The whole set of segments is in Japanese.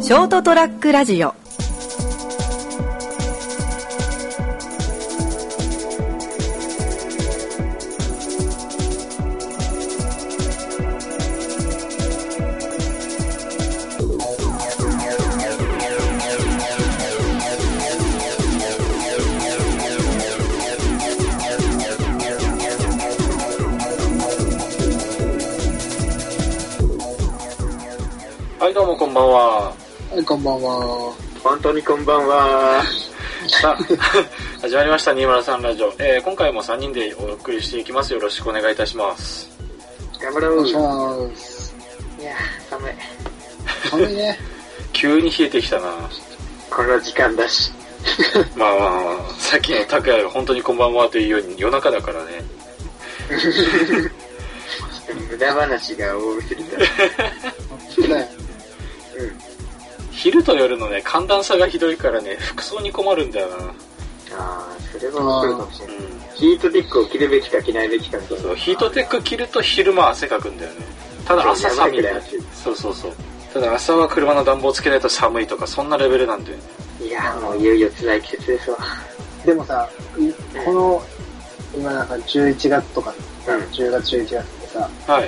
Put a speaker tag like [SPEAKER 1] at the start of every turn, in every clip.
[SPEAKER 1] ショートトラックラジオ
[SPEAKER 2] はい、どうもこんばんは。
[SPEAKER 3] はい、こんばんは。
[SPEAKER 4] 本当にこんばんは。
[SPEAKER 2] さあ、 始まりました、203ラジオ。えー今回も3人でお送りしていきます。よろしくお願いいたします。
[SPEAKER 4] 頑張ろ
[SPEAKER 3] お
[SPEAKER 4] う。
[SPEAKER 3] 願い
[SPEAKER 4] い
[SPEAKER 3] します。
[SPEAKER 4] や、寒い。
[SPEAKER 3] 寒いね。
[SPEAKER 2] 急に冷えてきたな
[SPEAKER 4] この時間だ し。
[SPEAKER 2] まあまあまあ、さっきの拓也が本当にこんばんはというように夜中だからね。
[SPEAKER 4] 無駄話が多すぎた。
[SPEAKER 3] そうだよ。
[SPEAKER 4] うん。
[SPEAKER 2] 昼と夜のね、寒暖差がひどいからね、服装に困るんだよな
[SPEAKER 4] ああ、それは来るかもしれ
[SPEAKER 2] う
[SPEAKER 4] ない。
[SPEAKER 2] ん。
[SPEAKER 4] ヒートテックを着るべきか着ないべきかみたいな。
[SPEAKER 2] そうヒートテック着ると昼間汗かくんだよね。ただ朝寒い
[SPEAKER 4] やばいぐらい暑い。
[SPEAKER 2] そうそうそう。ただ朝は車の暖房つけないと寒いとか、そんなレベルなんだよね。
[SPEAKER 4] いや、もういよいよ辛い季節ですわ。
[SPEAKER 3] でもさ、いこの、今なんか11月とか、
[SPEAKER 4] うん
[SPEAKER 3] 10月11月ってさ、
[SPEAKER 2] はい。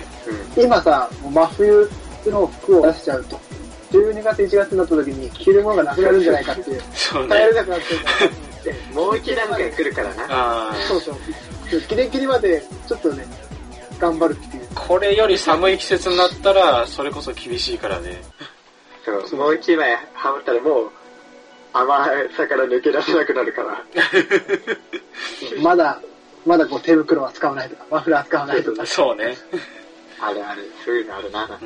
[SPEAKER 4] う
[SPEAKER 3] 今さ、もう真冬の服を出しちゃうと、12月1月になった時に着るものがなくなるんじゃないか っていう、
[SPEAKER 2] そう
[SPEAKER 3] 耐え
[SPEAKER 2] ね
[SPEAKER 3] れ。なくなってるから
[SPEAKER 4] ん。もう一段階来るからな。
[SPEAKER 2] ああ。
[SPEAKER 3] そうそう。ギリギリまで、ちょっとね、頑張るっていう。
[SPEAKER 2] これより寒い季節になったら、それこそ厳しいからね。
[SPEAKER 4] そう。もう一枚羽織ったらもう、甘さから抜け出せなくなるから。
[SPEAKER 3] まだ、まだこう手袋は使わないとか、マフラー使わないとか、
[SPEAKER 2] そうね。
[SPEAKER 4] あるある。そういうのあるな。ま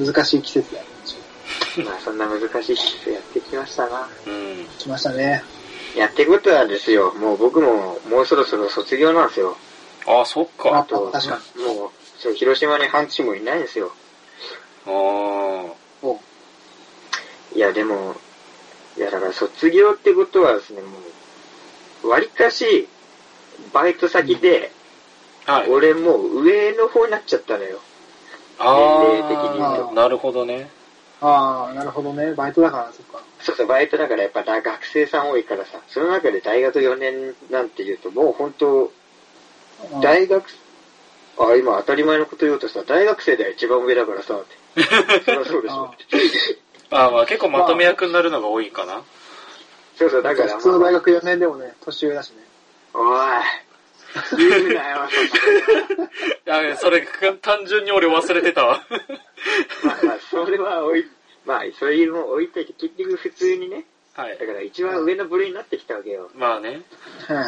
[SPEAKER 2] う
[SPEAKER 3] 難しい季節だよ。
[SPEAKER 4] あ、そんな難しい季節やってきました
[SPEAKER 2] ん。
[SPEAKER 4] な。
[SPEAKER 2] うん。
[SPEAKER 3] 来ましたね。
[SPEAKER 4] やっていくことはですよ、もう僕ももうそろそろ卒業なんですよ。
[SPEAKER 2] ああ、そっか。
[SPEAKER 3] あ
[SPEAKER 2] あ
[SPEAKER 4] と、もう
[SPEAKER 3] 確か、
[SPEAKER 4] そう広島に半年もいないんですよ。
[SPEAKER 2] あ。
[SPEAKER 3] お
[SPEAKER 4] いや、でも、いや、だから卒業ってことはですね、もう、割かし、バイト先で、
[SPEAKER 2] はい。
[SPEAKER 4] 俺もう上の方になっちゃったのよ。年齢的に
[SPEAKER 3] 言う
[SPEAKER 2] あ
[SPEAKER 3] と
[SPEAKER 2] あ、なるほどね。
[SPEAKER 3] ああ、なるほどね。バイトだから、そっか。
[SPEAKER 4] そうそう、バイトだからやっぱな学生さん多いからさ、その中で大学4年なんて言うと、もう本当、
[SPEAKER 3] うん
[SPEAKER 4] 大学、あ、今当たり前のこと言おうとした。大学生では一番上だからさ、 って。そりゃそうでしょ。
[SPEAKER 2] ああ、まあ結構まとめ役になるのが多いかな。
[SPEAKER 4] そうそう、だから、
[SPEAKER 3] 普通の大学4年でもね、年上だしね。
[SPEAKER 4] おい、言うなよ、
[SPEAKER 2] ああ、それ、単純に俺忘れてたわ。
[SPEAKER 4] そんなまあまあ、それは置い、まあ、それも置いといて、結局普通にね、
[SPEAKER 2] はい
[SPEAKER 4] だ。から一番上の部類になってきたわけよ。
[SPEAKER 2] まあね。
[SPEAKER 3] はいはい。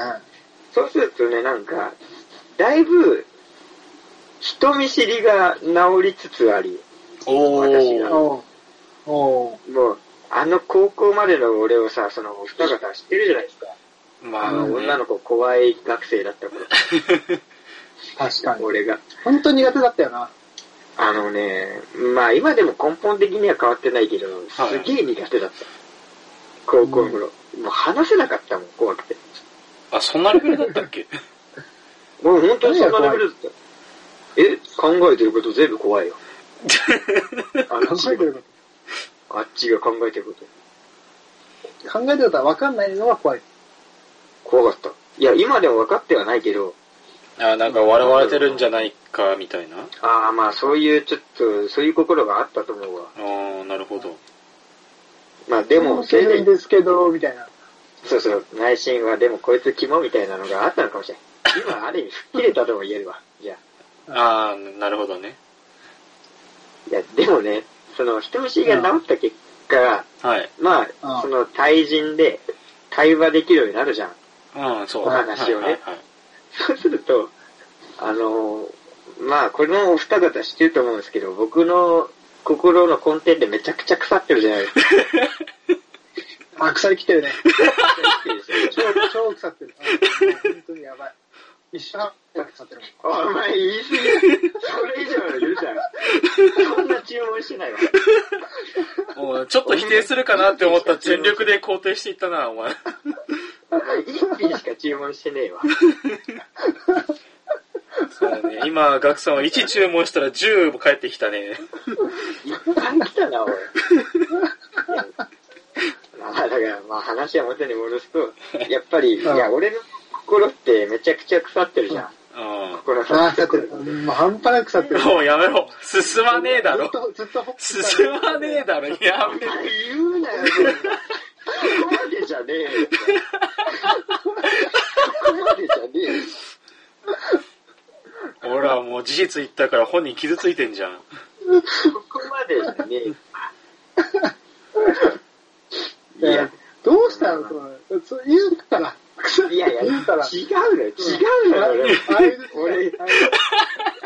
[SPEAKER 4] そうするとね、なんか、だいぶ、人見知りが治りつつあり、
[SPEAKER 2] お
[SPEAKER 4] 私が
[SPEAKER 2] ー。
[SPEAKER 3] おうおう
[SPEAKER 4] もう、あの高校までの俺をさ、そのお二方知ってるじゃないですか。
[SPEAKER 2] ま
[SPEAKER 4] あ
[SPEAKER 2] あ、
[SPEAKER 4] の、女
[SPEAKER 2] ね、
[SPEAKER 4] の子怖い学生だった頃。
[SPEAKER 3] 確かに。
[SPEAKER 4] 俺が。
[SPEAKER 3] 本当に苦手だったよな。
[SPEAKER 4] あのね、まあ今でも根本的には変わってないけど、
[SPEAKER 2] はい
[SPEAKER 4] すげえ苦手だった。高校の頃。もう話せなかったもん、怖くて。
[SPEAKER 2] あ、そんなレベルだったっけ
[SPEAKER 4] もう本当にそんなレベルだった。え考えてること全部怖いよ。あの
[SPEAKER 3] 考えてる
[SPEAKER 4] あっちが考えてること。
[SPEAKER 3] こと。考えてることは分かんないのが怖い。
[SPEAKER 4] 怖かった。いや、今でも分かってはないけど、
[SPEAKER 2] ああ、なんか笑われてるんじゃないか、みたいな。
[SPEAKER 4] ああまあそういうちょっと、そういう心があったと思うわ。
[SPEAKER 2] ああ、なるほど。
[SPEAKER 4] まあでも、
[SPEAKER 3] 経
[SPEAKER 4] せいぜ
[SPEAKER 3] 験
[SPEAKER 4] い
[SPEAKER 3] ですけど、みたいな。
[SPEAKER 4] そうそう、内心はでもこいつ肝みたいなのがあったのかもしれない。今ある意味吹っ切れたとも言えるわ。じゃあ。
[SPEAKER 2] ああ、なるほどね。
[SPEAKER 4] いや、でもね、その人見知りが治った結果、
[SPEAKER 2] はい。
[SPEAKER 4] ま
[SPEAKER 3] うん
[SPEAKER 4] あ、その対人で対話できるようになるじゃん。
[SPEAKER 2] うん、そう。
[SPEAKER 4] お話をね
[SPEAKER 2] はいはいはい
[SPEAKER 4] そうすると、あの、まあ、これもお二方知ってると思うんですけど、僕の心の根底でめちゃくちゃ腐ってるじゃない ですか。、
[SPEAKER 3] あ、腐りきってるね。超超腐ってる。うん本当にやばい。一瞬半腐ってる
[SPEAKER 4] お前言い過ぎ。それ以上の言うじゃん。そんな注文しないわ。
[SPEAKER 2] もうちょっと否定するかなって思ったら全力で肯定していったな、お前。
[SPEAKER 4] お前一品しか注文してねえわ。
[SPEAKER 2] そうね、今、ガクさんは1注文したら10も返ってきたね。
[SPEAKER 4] いっぱい来たな、俺。まあ、だから、まあ話は元に戻すと、やっぱり、いや、俺の心ってめちゃくちゃ腐ってるじゃん。
[SPEAKER 2] う
[SPEAKER 4] 心
[SPEAKER 3] あ
[SPEAKER 4] 腐
[SPEAKER 3] あ、
[SPEAKER 4] って
[SPEAKER 3] 腐って
[SPEAKER 4] る
[SPEAKER 3] る。。もう半端なく腐って
[SPEAKER 2] ん。
[SPEAKER 3] る。
[SPEAKER 2] もうやめろ。進まねえだろ
[SPEAKER 3] ずっ。と、ずっとほっ といた
[SPEAKER 2] 進まねえだろ。やめろ。
[SPEAKER 4] 言うなよ、そんなそこまでじゃねえよ。そこまでじゃねえよ。
[SPEAKER 2] ほら、もう事実言ったから本人傷ついてんじゃん。
[SPEAKER 4] そこまでじゃねえよ。いや、
[SPEAKER 3] どうしたのそのそう言うから。
[SPEAKER 4] いやいや、違
[SPEAKER 3] 言うから。
[SPEAKER 4] うのよ、違うのよ、俺。
[SPEAKER 3] ああいう
[SPEAKER 4] 俺
[SPEAKER 3] あ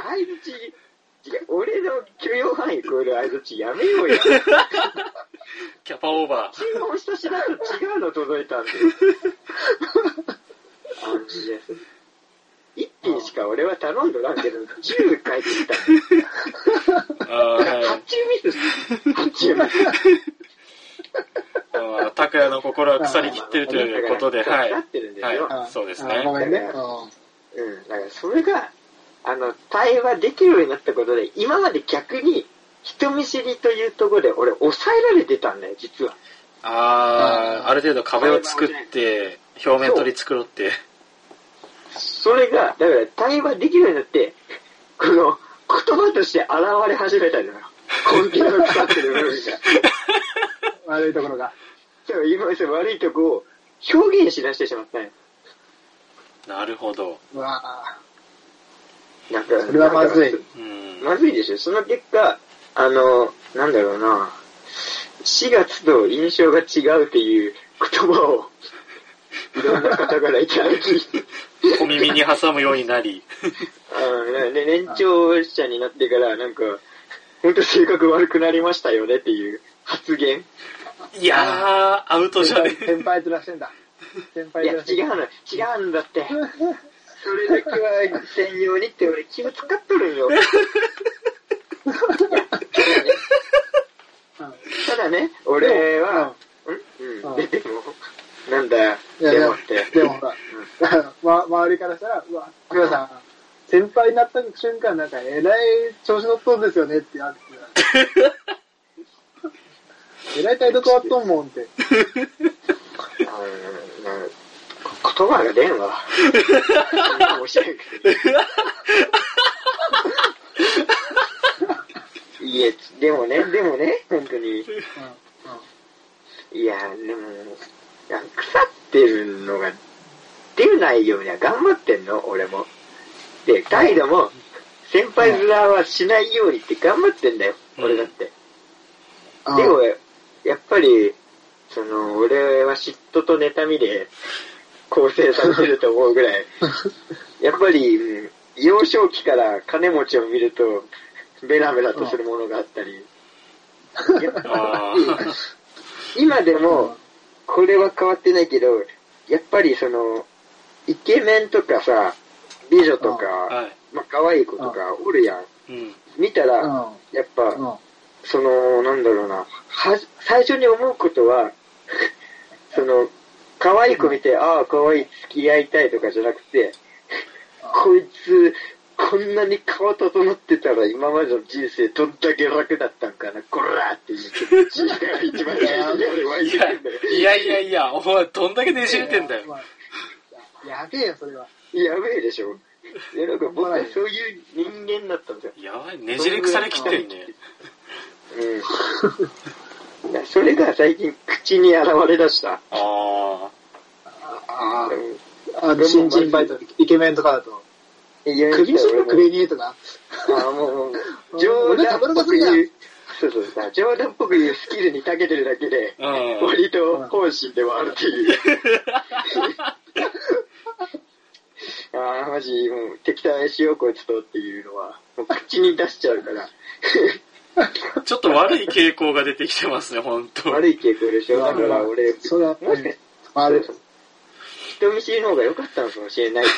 [SPEAKER 4] 相づち、違う、俺の許容範囲超える相づちやめようよ。
[SPEAKER 2] キャパオーバー。
[SPEAKER 4] 注文した品と違うの届いたんで。あのです。一品しか俺は頼んどらんけど、10返ってきた。
[SPEAKER 2] あーはい
[SPEAKER 4] 発注ミス。発注ミス。
[SPEAKER 2] まあ。拓也の心は腐りきってるということで、
[SPEAKER 4] だから
[SPEAKER 2] はい。
[SPEAKER 4] 腐ってるんですよ。
[SPEAKER 2] は
[SPEAKER 3] あ
[SPEAKER 2] い、そうです
[SPEAKER 3] あ
[SPEAKER 2] ね。
[SPEAKER 3] ごめんね。
[SPEAKER 4] だか
[SPEAKER 3] うん
[SPEAKER 4] うん、だからそれが、あの、対話できるようになったことで、今まで逆に、人見知りというところで、俺、抑えられてたんだよ、実は。
[SPEAKER 2] ああ、ある程度壁を作って、表面取り繕って。
[SPEAKER 4] それが、だから、対話できるようになって、この、言葉として現れ始めたのよ。根気の腐ってる部分が。
[SPEAKER 3] 悪いところが。
[SPEAKER 4] そう今まで悪いとこを表現しだしてしまったんよ。
[SPEAKER 2] なるほど。
[SPEAKER 3] うわあ
[SPEAKER 4] なんか、
[SPEAKER 3] それはまずい
[SPEAKER 4] なんか
[SPEAKER 2] うん。
[SPEAKER 4] まずいでしょ。その結果、あの、なんだろうな、4月と印象が違うっていう言葉を、いろんな方からいただき、
[SPEAKER 2] 小耳に挟むようになり。
[SPEAKER 4] あのね年長者になってから、なんか、ほんと性格悪くなりましたよねっていう発言。
[SPEAKER 2] いやー、アウトじゃね
[SPEAKER 3] 先輩とらしてんだ。先
[SPEAKER 4] い
[SPEAKER 3] 輩
[SPEAKER 4] や、
[SPEAKER 3] とらし
[SPEAKER 4] 違
[SPEAKER 3] てんだ。
[SPEAKER 4] うの、違うんだ って。それだけは専用にって俺気を使っとるん よ。
[SPEAKER 3] うん
[SPEAKER 4] ただね、俺は、ん
[SPEAKER 3] う
[SPEAKER 4] うんん、ででも、なんだよ、
[SPEAKER 3] いや
[SPEAKER 4] でもって。
[SPEAKER 3] でもほら、ま、周りからしたら、うわ、皆さん、先輩になった瞬間、なんか、えらい調子乗っとんですよねってなって。 えらい態度変わっとんもんって。
[SPEAKER 4] あのなんか言葉が出んわ。面白い けど。いや、でもね、でもね、本当に。
[SPEAKER 3] うんうん
[SPEAKER 4] いや、でも、いや腐ってるのが出ないようには頑張ってんの、俺も。で、態度も、先輩面はしないようにって頑張ってんだよ、
[SPEAKER 2] うん
[SPEAKER 4] 俺だって。でも、やっぱり、その、俺は嫉妬と妬みで構成されてると思うぐらい、やっぱり、うん幼少期から金持ちを見ると、ベラベラとするものがあったり、やっぱ
[SPEAKER 2] あ
[SPEAKER 4] り
[SPEAKER 2] ー
[SPEAKER 4] 今でも、これは変わってないけど、やっぱりその、イケメンとかさ、美女とか、
[SPEAKER 2] は
[SPEAKER 4] まあ可愛い子とかおるやん。
[SPEAKER 2] い。うん。
[SPEAKER 4] 見た
[SPEAKER 3] うん
[SPEAKER 4] ら、やっぱ、
[SPEAKER 3] うんうん
[SPEAKER 4] その、なんだろうな、は、最初に思うことは、 その、可愛い子見て、ああ、可愛い、付き合いたいとかじゃなくて、こいつ、こんなに顔整ってたら今までの人生どんだけ楽だったんかな、こらーっていう気持ちが一番最初に俺湧い
[SPEAKER 2] い
[SPEAKER 4] て
[SPEAKER 2] や
[SPEAKER 4] くんだよ。
[SPEAKER 2] いやいやいや、お前どんだけねじれてんだよ。
[SPEAKER 3] ややべえよ、それは。
[SPEAKER 4] やべえでしょ。いや、なんか僕はそういう人間だったんですよ。
[SPEAKER 2] やばい、ねじれ腐れきってんね。
[SPEAKER 4] うん。いや、それが最近口に現れだした。
[SPEAKER 2] あ
[SPEAKER 3] あ
[SPEAKER 4] うん
[SPEAKER 3] あ、あの新人バイト、イケメンとかだと。
[SPEAKER 4] いや、
[SPEAKER 3] 首絞めくれねえとか。
[SPEAKER 4] あもうもう、冗談っぽく言う、そうそうそう、冗談っぽく言うスキルに長けてるだけで、
[SPEAKER 2] あ。うん。
[SPEAKER 4] 割と本心ではあるっていう。ああ、マジ、もう、敵対しよう、こいつとっていうのは、もう口に出しちゃうから、
[SPEAKER 2] ちょっと悪い傾向が出てきてますね、本当。
[SPEAKER 4] 悪い傾向でしょ。だから俺、
[SPEAKER 3] それは、
[SPEAKER 4] もしかし
[SPEAKER 3] あれ、
[SPEAKER 4] 人見知りの方が良かったのかもしれないっ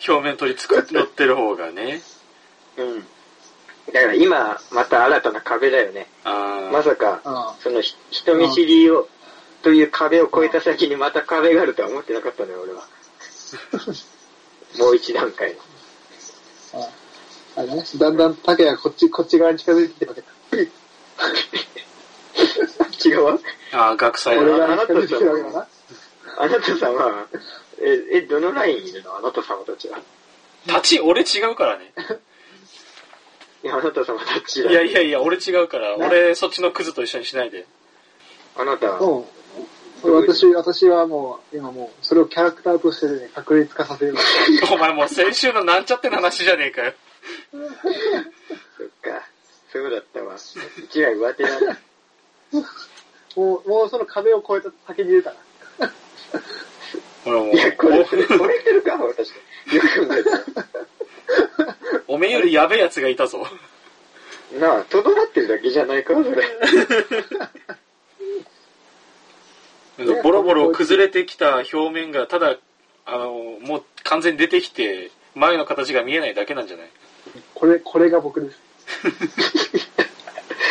[SPEAKER 4] て
[SPEAKER 2] 表面取り繕ってる方がね。
[SPEAKER 4] いう。うん。だから今、また新たな壁だよね。
[SPEAKER 2] あ
[SPEAKER 4] ま
[SPEAKER 2] あ。
[SPEAKER 4] さか、
[SPEAKER 3] うん。
[SPEAKER 4] そのひ人見知りを、という壁を越えた先にまた壁があるとは思ってなかったのよ、俺は。もう一段階の。
[SPEAKER 3] ああれだねだんだん竹がこっち、こっち側に近づいてきてるわけだ。
[SPEAKER 4] 違うわ。
[SPEAKER 2] ああ、学祭
[SPEAKER 3] 俺
[SPEAKER 4] 俺
[SPEAKER 2] だ
[SPEAKER 4] が
[SPEAKER 2] な。
[SPEAKER 3] 側に近づいてきてるわけだな。
[SPEAKER 4] あなたさんは、え、え、どのラインにいるのあなた様たちは。
[SPEAKER 2] 立ち、俺違うからね。
[SPEAKER 4] いや、あなた様たちだ。
[SPEAKER 2] いやいやいや、俺違うから、
[SPEAKER 3] な
[SPEAKER 2] 俺そっちのクズと一緒にしないで。
[SPEAKER 4] あなた、
[SPEAKER 3] もう、私、私はもう、今もう、それをキャラクターとしてね、確立化させる。
[SPEAKER 2] お前もう先週のなんちゃっての話じゃねえかよ。
[SPEAKER 4] そっか。そうだったわ。うちら上手だな。
[SPEAKER 3] もう、もうその壁を越えた先にいるから。
[SPEAKER 2] ほらもう
[SPEAKER 4] いや、これ、これ、これ言ってるか、私。よく考えたら
[SPEAKER 2] お、おめえよりやべえやつがいたぞ。
[SPEAKER 4] なあ、とどまってるだけじゃないか、それ。
[SPEAKER 3] ね
[SPEAKER 2] ボロボロ崩れてきた表面が、ただ、あの、もう完全に出てきて、前の形が見えないだけなんじゃない
[SPEAKER 3] これ、これが僕です。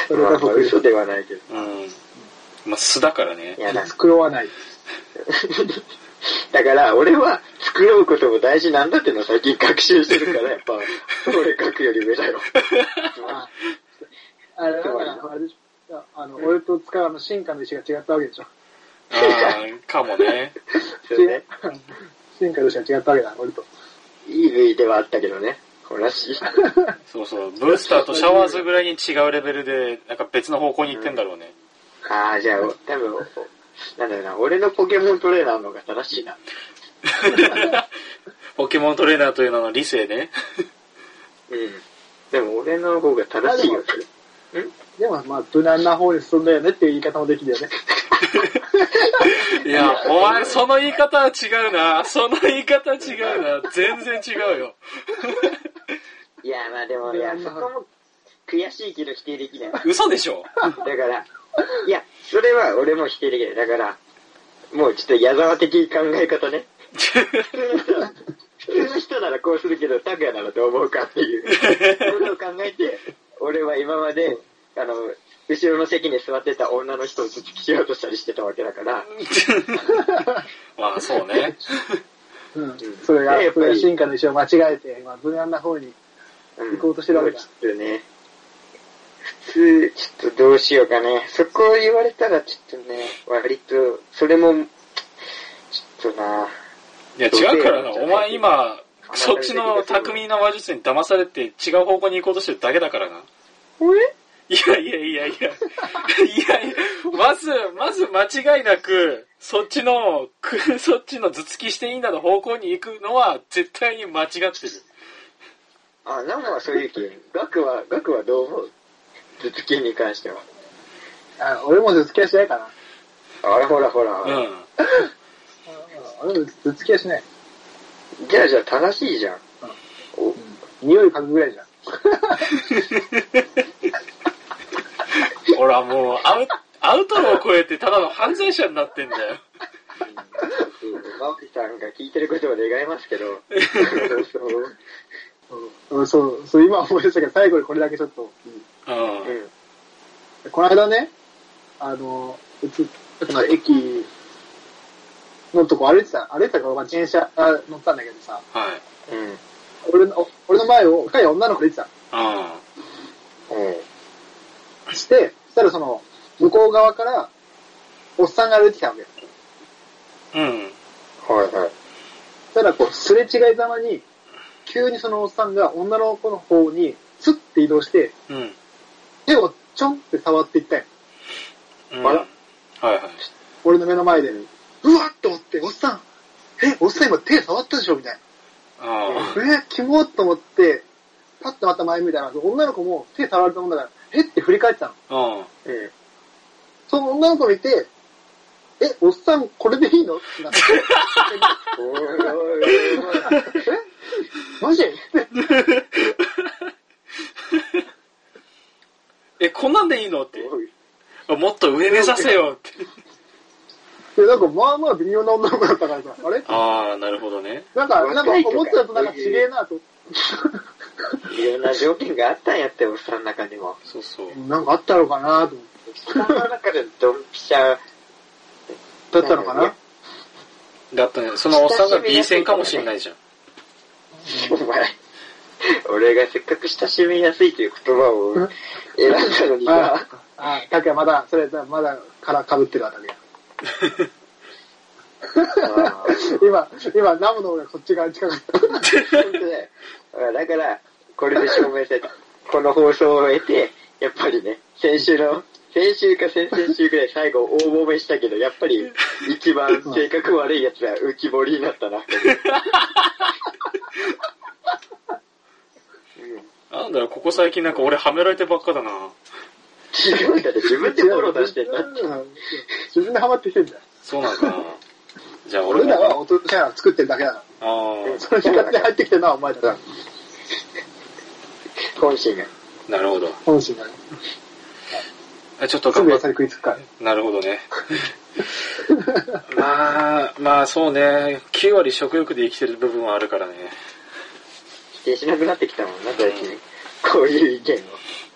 [SPEAKER 3] これが
[SPEAKER 4] まあ、まあ
[SPEAKER 3] 僕です
[SPEAKER 4] 嘘。ではないけど。
[SPEAKER 2] うん。まあ、素だからね
[SPEAKER 4] い。や、なんか
[SPEAKER 3] 作ろわない。
[SPEAKER 4] だから、俺は作ろうことも大事なんだってのを最近学習してるから、やっぱ、俺書くより上だよ。
[SPEAKER 3] ああれ、だから、あれでしょ。いやあの、俺と塚川の進化の石が違ったわけでしょ。
[SPEAKER 2] あーかもね。
[SPEAKER 4] そうね。
[SPEAKER 3] 進化の石が違ったわけだ、俺と。
[SPEAKER 4] いい類ではあったけどね。ほらしい。
[SPEAKER 2] そうそう。ブースターとシャワーズぐらいに違うレベルで、なんか別の方向に行ってんだろうね。
[SPEAKER 4] ああ、じゃあ、多分、なんだろうな、俺のポケモントレーナーの方が正しいな。
[SPEAKER 2] ポケモントレーナーという名の理性ね。
[SPEAKER 4] うん。でも、俺の方が正しいよ、それ。
[SPEAKER 3] でも、まあ、無難な方に進んだよねっていう言い方もできる よね。
[SPEAKER 2] いや、お前、その言い方は違うな。その言い方は違うな。全然違うよ。
[SPEAKER 4] いや、まあでも、いや、そこも悔しいけど否定できない。 だか
[SPEAKER 2] 嘘でしょ。
[SPEAKER 4] ら、いや、それは俺も否定できない。だから、もうちょっと矢沢的考え方ね。普通の人は普通の人ならこうするけど、拓也ならどう思うかっていうことを考えて、俺は今まで、あの、後ろの席に座ってた女の人を突きしようとしたりしてたわけだから、
[SPEAKER 2] まあ、そうね。
[SPEAKER 3] うん。それが
[SPEAKER 4] いややっ、ぱ
[SPEAKER 3] そ
[SPEAKER 4] り
[SPEAKER 3] れが進化の石を間違えて、まあ、無難な方に。
[SPEAKER 4] うん
[SPEAKER 3] 行こうとしてるわけだ
[SPEAKER 4] ちょっとね、普通、ちょっとどうしようかね。そこを言われたらちょっとね、割と、それも、ちょっとな、
[SPEAKER 2] いや、違うからな。お前、今、そっちの匠の魔術に騙されて違う方向に行こうとしてるだけだからな。
[SPEAKER 4] 俺
[SPEAKER 2] いやいやいや いや。いやいや、まず、まず間違いなく、そっちの、くそっちの頭突きしていいんだの方向に行くのは、絶対に間違ってる。
[SPEAKER 4] あ、ナモはそういう意見。ガクは、ガクはどう思う頭突きに関しては。
[SPEAKER 3] あ俺も頭突きはしないかな。
[SPEAKER 4] あれほらほら。
[SPEAKER 2] うん。
[SPEAKER 3] 俺も頭突きはしない。
[SPEAKER 4] じゃあじゃあ正しいじゃん。お
[SPEAKER 3] 匂い嗅ぐぐらいじゃん。
[SPEAKER 2] ほら、もう、アウアウトロを超えて、ただの犯罪者になってんだよ。
[SPEAKER 4] マオリさんが聞いてることを願いますけ ど、そう
[SPEAKER 3] うん、そう、そう、今思い出したけど、最後にこれだけちょっと。
[SPEAKER 2] う。
[SPEAKER 4] うんん
[SPEAKER 3] この間ね、あの、うち、の駅のとこ歩いてた、歩いてたから、まあ、自転車あ乗ったんだけどさ、
[SPEAKER 2] はい。
[SPEAKER 4] うん
[SPEAKER 3] 俺の、お俺の前を若い女の子が出てたの。
[SPEAKER 2] あ
[SPEAKER 4] うん
[SPEAKER 3] して、そしたらその、向こう側から、おっさんが歩いてきたわけよ。
[SPEAKER 2] あ。うん。
[SPEAKER 4] はいはい。
[SPEAKER 3] そしたら、こう、すれ違いざまに、急にそのおっさんが女の子の方に、スッて移動して、
[SPEAKER 2] うん。
[SPEAKER 3] 手をちょんって触っていったよ。
[SPEAKER 2] うん
[SPEAKER 4] あら
[SPEAKER 2] はいはい。
[SPEAKER 3] 俺の目の前で。うわっと思って、おっさん、え、おっさん今手触ったでしょみたいな。
[SPEAKER 2] あ
[SPEAKER 3] えー、キモっと思って、パッとまた前見たら、女の子も手触られたもんだから、えって振り返ってたの。
[SPEAKER 2] あ。うん。
[SPEAKER 4] うん
[SPEAKER 3] その女の子見て、え、おっさんこれでいいのって なって、
[SPEAKER 4] おいおいおいおい
[SPEAKER 3] マジって
[SPEAKER 2] え、こんなんでいいのって。
[SPEAKER 4] おい
[SPEAKER 2] もっと上目指せよって。
[SPEAKER 3] で、なんかまあまあ微妙な女の子だったからさ、あれ
[SPEAKER 2] ああ、なるほどね。
[SPEAKER 3] なんか、なんか
[SPEAKER 4] 若いとか
[SPEAKER 3] 思ってたとなんかちげえなと思
[SPEAKER 4] いろんな条件があったんやって、おっさんの中にも。
[SPEAKER 2] そうそう。
[SPEAKER 3] って、なんかあったのかなと思って、
[SPEAKER 4] そんな中でドンピシャ。
[SPEAKER 3] だったのかな
[SPEAKER 2] だってね、そのおっさんが B 線かもしんないじゃん。
[SPEAKER 4] お前、俺がせっかく親しみやすいという言葉を選んだのに
[SPEAKER 3] あ
[SPEAKER 4] さ、
[SPEAKER 3] あ、たけはまだ、それ、まだ、からかぶってるわ、たけ。
[SPEAKER 4] あー
[SPEAKER 3] 今、今、ラムの方がこっち側に近かった。
[SPEAKER 4] 本当だよ。だから、これで証明された。この放送を終えて、やっぱりね、先週の、先週か先々週くらい最後大揉めしたけど、やっぱり一番性格悪いやつは浮き彫りになったな。
[SPEAKER 2] なんだよ、ここ最近なんか俺はめられてばっかだな。
[SPEAKER 4] 違うんだって自分でフォロー出してんだって。
[SPEAKER 3] うん自分でハマってきてんだよ。
[SPEAKER 2] そうなんだな。じゃあ俺
[SPEAKER 3] 俺
[SPEAKER 2] も。
[SPEAKER 3] らは音キャラ作ってるだけだか
[SPEAKER 2] あー
[SPEAKER 3] ら。それに勝手に入ってきてるのはお前だから。
[SPEAKER 4] 本心が。
[SPEAKER 2] なるほど。
[SPEAKER 3] 本心がね。
[SPEAKER 2] あちょっと
[SPEAKER 3] す
[SPEAKER 2] 頑
[SPEAKER 3] ぐ
[SPEAKER 2] 張
[SPEAKER 3] 野
[SPEAKER 2] っ
[SPEAKER 3] 菜食いつくからね。
[SPEAKER 2] なるほどね。 まあ、まあそうね。9割食欲で生きてる部分はあるからね。
[SPEAKER 4] 否定しなくなってきたもんな、最近。こういう意見を。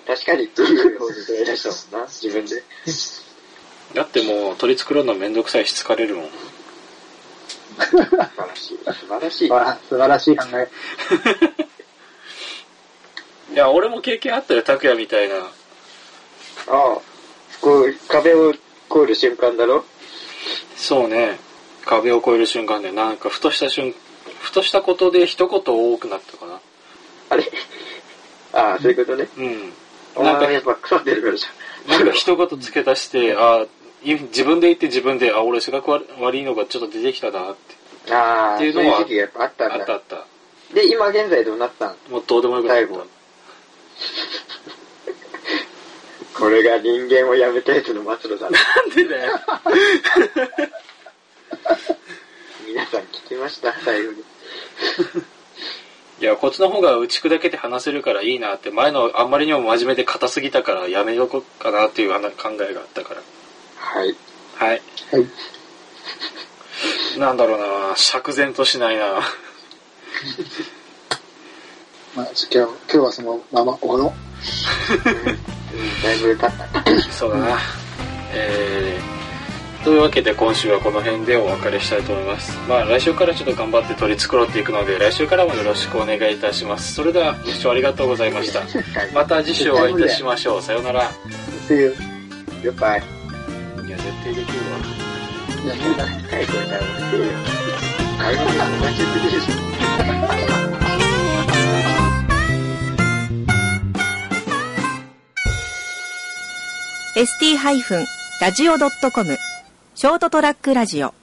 [SPEAKER 4] 確かにっていう方に取り出したもんな、自分で。
[SPEAKER 2] だってもう鳥作るのめんどくさいし疲れるもん。
[SPEAKER 4] 素晴らしい。素晴らしい。
[SPEAKER 3] わあ素晴らしい考え。
[SPEAKER 2] いや、俺も経験あったよ、拓也みたいな。
[SPEAKER 4] ああ、こう、壁を越える瞬間だろ
[SPEAKER 2] そうね。壁を越える瞬間で、なんかふとした瞬、ふとしたことで一言多くなったかな。
[SPEAKER 4] あれああ、そういうことね。
[SPEAKER 2] うん。
[SPEAKER 4] お
[SPEAKER 2] なんか
[SPEAKER 4] 前やっぱ腐ってるからじゃん。
[SPEAKER 2] なんか一言付け足して、あい自分で言って自分で、あ、俺性格悪悪いのがちょっと出てきたなって。
[SPEAKER 4] ああ、
[SPEAKER 2] って
[SPEAKER 4] そう
[SPEAKER 2] い
[SPEAKER 4] いう
[SPEAKER 2] のは
[SPEAKER 4] う時期がやっぱあった
[SPEAKER 2] あ
[SPEAKER 4] ん
[SPEAKER 2] ったあ
[SPEAKER 4] だ。
[SPEAKER 2] った。
[SPEAKER 4] で、今現在どうなったん
[SPEAKER 2] もうどうでもよくなっ
[SPEAKER 4] 最後これが人間をやめたやつの末路だな。
[SPEAKER 2] た。なんでだよ。
[SPEAKER 4] 皆さん聞きました、最後に。
[SPEAKER 2] いや、こっちの方が打ち砕けて話せるからいいなって、前のあんまりにも真面目で硬すぎたからやめようかなっていう話考えがあったから。
[SPEAKER 4] はい。
[SPEAKER 2] はい。
[SPEAKER 3] はい。
[SPEAKER 2] なんだろうな釈然としないな
[SPEAKER 3] まあ、今日、今日はそのまま終わろう。
[SPEAKER 4] うん、だいぶ経った。
[SPEAKER 2] そうだな。えー、というわけで今週はこの辺でお別れしたいと思います。まあ来週からちょっと頑張って取り繕っていくので、来週からもよろしくお願いいたします。それではご視聴ありがとうございました。
[SPEAKER 4] はい。
[SPEAKER 2] また次週お会いいたしましょう。さようなら。
[SPEAKER 3] っていう。
[SPEAKER 4] グッバイ。
[SPEAKER 2] いや、絶対できるわ。
[SPEAKER 3] いや、無理だ。
[SPEAKER 4] はい、これからも 来てよ。はい、もう同じすぎでしょ。
[SPEAKER 1] ST-radio.com ショートトラックラジオ